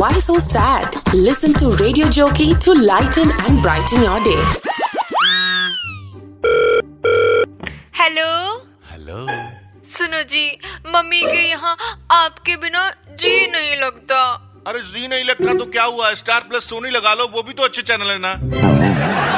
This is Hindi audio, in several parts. Why so sad? Listen to Radio Jockey to lighten and brighten your day. Hello hello सुनो जी मम्मी के यहाँ आपके बिना जी नहीं लगता अरे जी नहीं लगता तो क्या हुआ स्टार प्लस सोनी लगा लो वो भी तो अच्छे चैनल है ना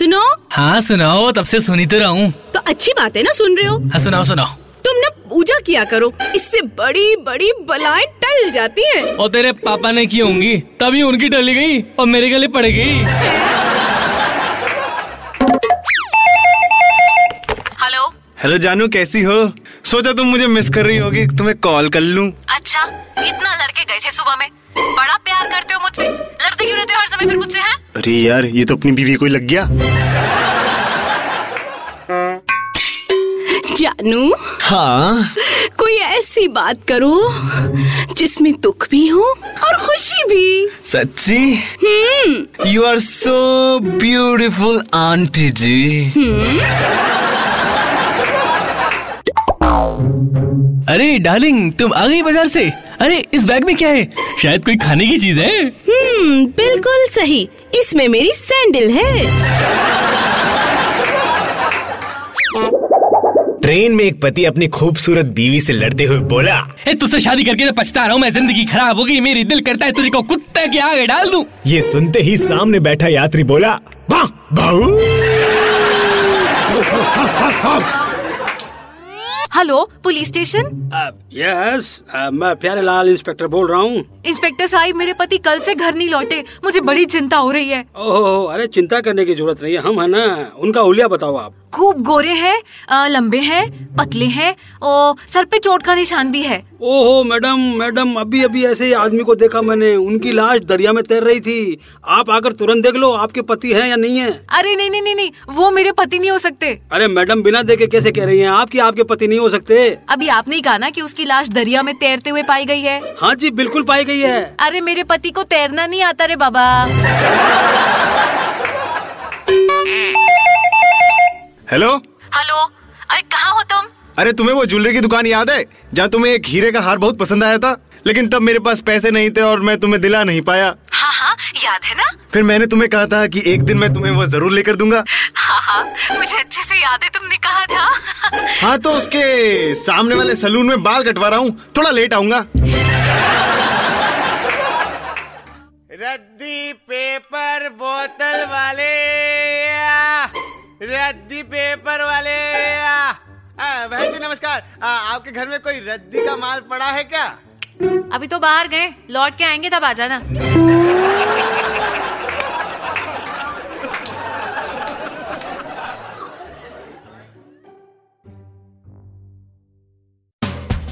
सुनो हाँ सुनाओ तब से सुनी तो रहा हूँ तो अच्छी बात है ना सुन रहे हो हाँ सुनाओ सुनाओ तुम ना पूजा किया करो इससे बड़ी बड़ी बलाएं टल जाती हैं। और तेरे पापा ने की होंगी तभी उनकी टली गई और मेरे गले पड़ गई हेलो हेलो जानू कैसी हो सोचा तुम मुझे मिस कर रही होगी तुम्हें कॉल कर लूं अच्छा इतना लड़के गए थे सुबह में बड़ा प्यार करते हो मुझसे लड़ते क्यों रहते हो हर समय फिर मुझसे हैं अरे यार ये तो अपनी बीवी को ही लग गया जानू हाँ कोई ऐसी बात करो जिसमें दुख भी हो और खुशी भी सच्ची hmm you are so beautiful aunty जी अरे डार्लिंग तुम आ गई बाजार से अरे इस बैग में क्या है शायद कोई खाने की चीज है हम्म बिल्कुल सही इसमें मेरी सैंडल है ट्रेन में एक पति अपनी खूबसूरत बीवी से लड़ते हुए बोला ए, तुझसे शादी करके तो पछता रहा हूँ मैं जिंदगी खराब हो गई मेरी दिल करता है तुझे को कुत्ते के आगे डाल दूं ये सुनते ही सामने बैठा यात्री बोला वाह बहू हेलो पुलिस स्टेशन यस मैं प्यारे लाल इंस्पेक्टर बोल रहा हूँ इंस्पेक्टर साहब मेरे पति कल से घर नहीं लौटे मुझे बड़ी चिंता हो रही है ओहो अरे चिंता करने की जरूरत नहीं है हम है ना उनका हुलिया बताओ आप खूब गोरे हैं अ, लंबे हैं पतले हैं और सर पे चोट का निशान भी है ओहो मैडम मैडम अभी अभी ऐसे ही आदमी को देखा मैंने उनकी लाश दरिया में तैर रही थी आप आकर तुरंत देख लो आपके पति हैं या नहीं है अरे नहीं नहीं नहीं नहीं वो मेरे पति नहीं हो सकते अरे मैडम बिना देखे कैसे कह रही हैं आपकी आपके पति नहीं हो सकते अभी आपने ही कहा ना कि उसकी लाश दरिया में तैरते हुए पाई गई है हाँ जी बिल्कुल पाई गई है अरे मेरे पति को तैरना नहीं आता रे बाबा हेलो हेलो अरे कहाँ हो तुम अरे तुम्हें वो ज्वेलरी की दुकान याद है जहाँ तुम्हें एक हीरे का हार बहुत पसंद आया था लेकिन तब मेरे पास पैसे नहीं थे और मैं तुम्हें दिला नहीं पाया हाँ हाँ याद है ना फिर मैंने तुम्हें कहा था कि एक दिन मैं तुम्हें वो जरूर लेकर दूंगा हाँ हाँ मुझे अच्छे से याद है तुमने कहा था हाँ तो उसके सामने वाले सलून में बाल कटवा रहा हूँ थोड़ा लेट आऊंगा रद्दी पेपर बोतल वाले रद्दी पेपर वाले बहन जी नमस्कार आपके घर में कोई रद्दी का माल पड़ा है क्या अभी तो बाहर गए लौट के आएंगे तब आ जाना